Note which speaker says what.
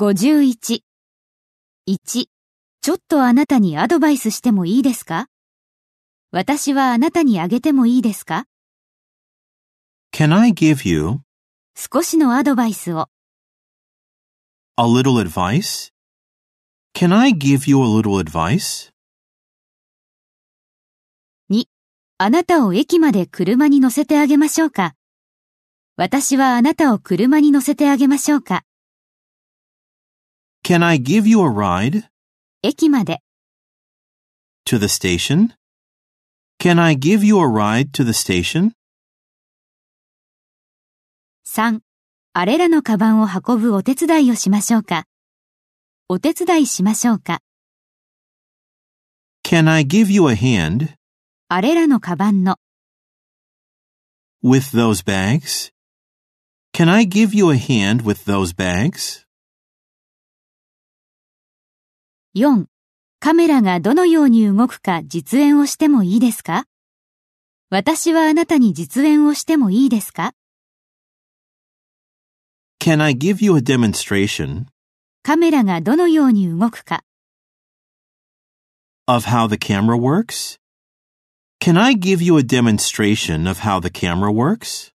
Speaker 1: 51.1. ちょっとあなたにアドバイスしてもいいですか私はあなたにあげてもいいですか
Speaker 2: Can I give you
Speaker 1: 少しのアドバイスを。
Speaker 2: a little advice? Can I give you a little advice?
Speaker 1: あなたを駅まで車に乗せてあげましょうか私はあなたを車に乗せてあげましょうか
Speaker 2: Can I give you a ride
Speaker 1: 駅まで。
Speaker 2: to the station? Can I give you a ride to the station?
Speaker 1: 3. あれらのカバンを運ぶお手伝いをしましょうかお手伝いしましょうか
Speaker 2: Can I give you a hand
Speaker 1: あれらのカバンの。
Speaker 2: with those bags? Can I give you a hand with those bags?
Speaker 1: 4. カメラがどのように動くか実演をしてもいいですか私はあなたに実演をしてもいいですか
Speaker 2: Can I give you a demonstration
Speaker 1: カメラがどのように動くか。
Speaker 2: of how the camera works? Can I give you a demonstration of how the camera works?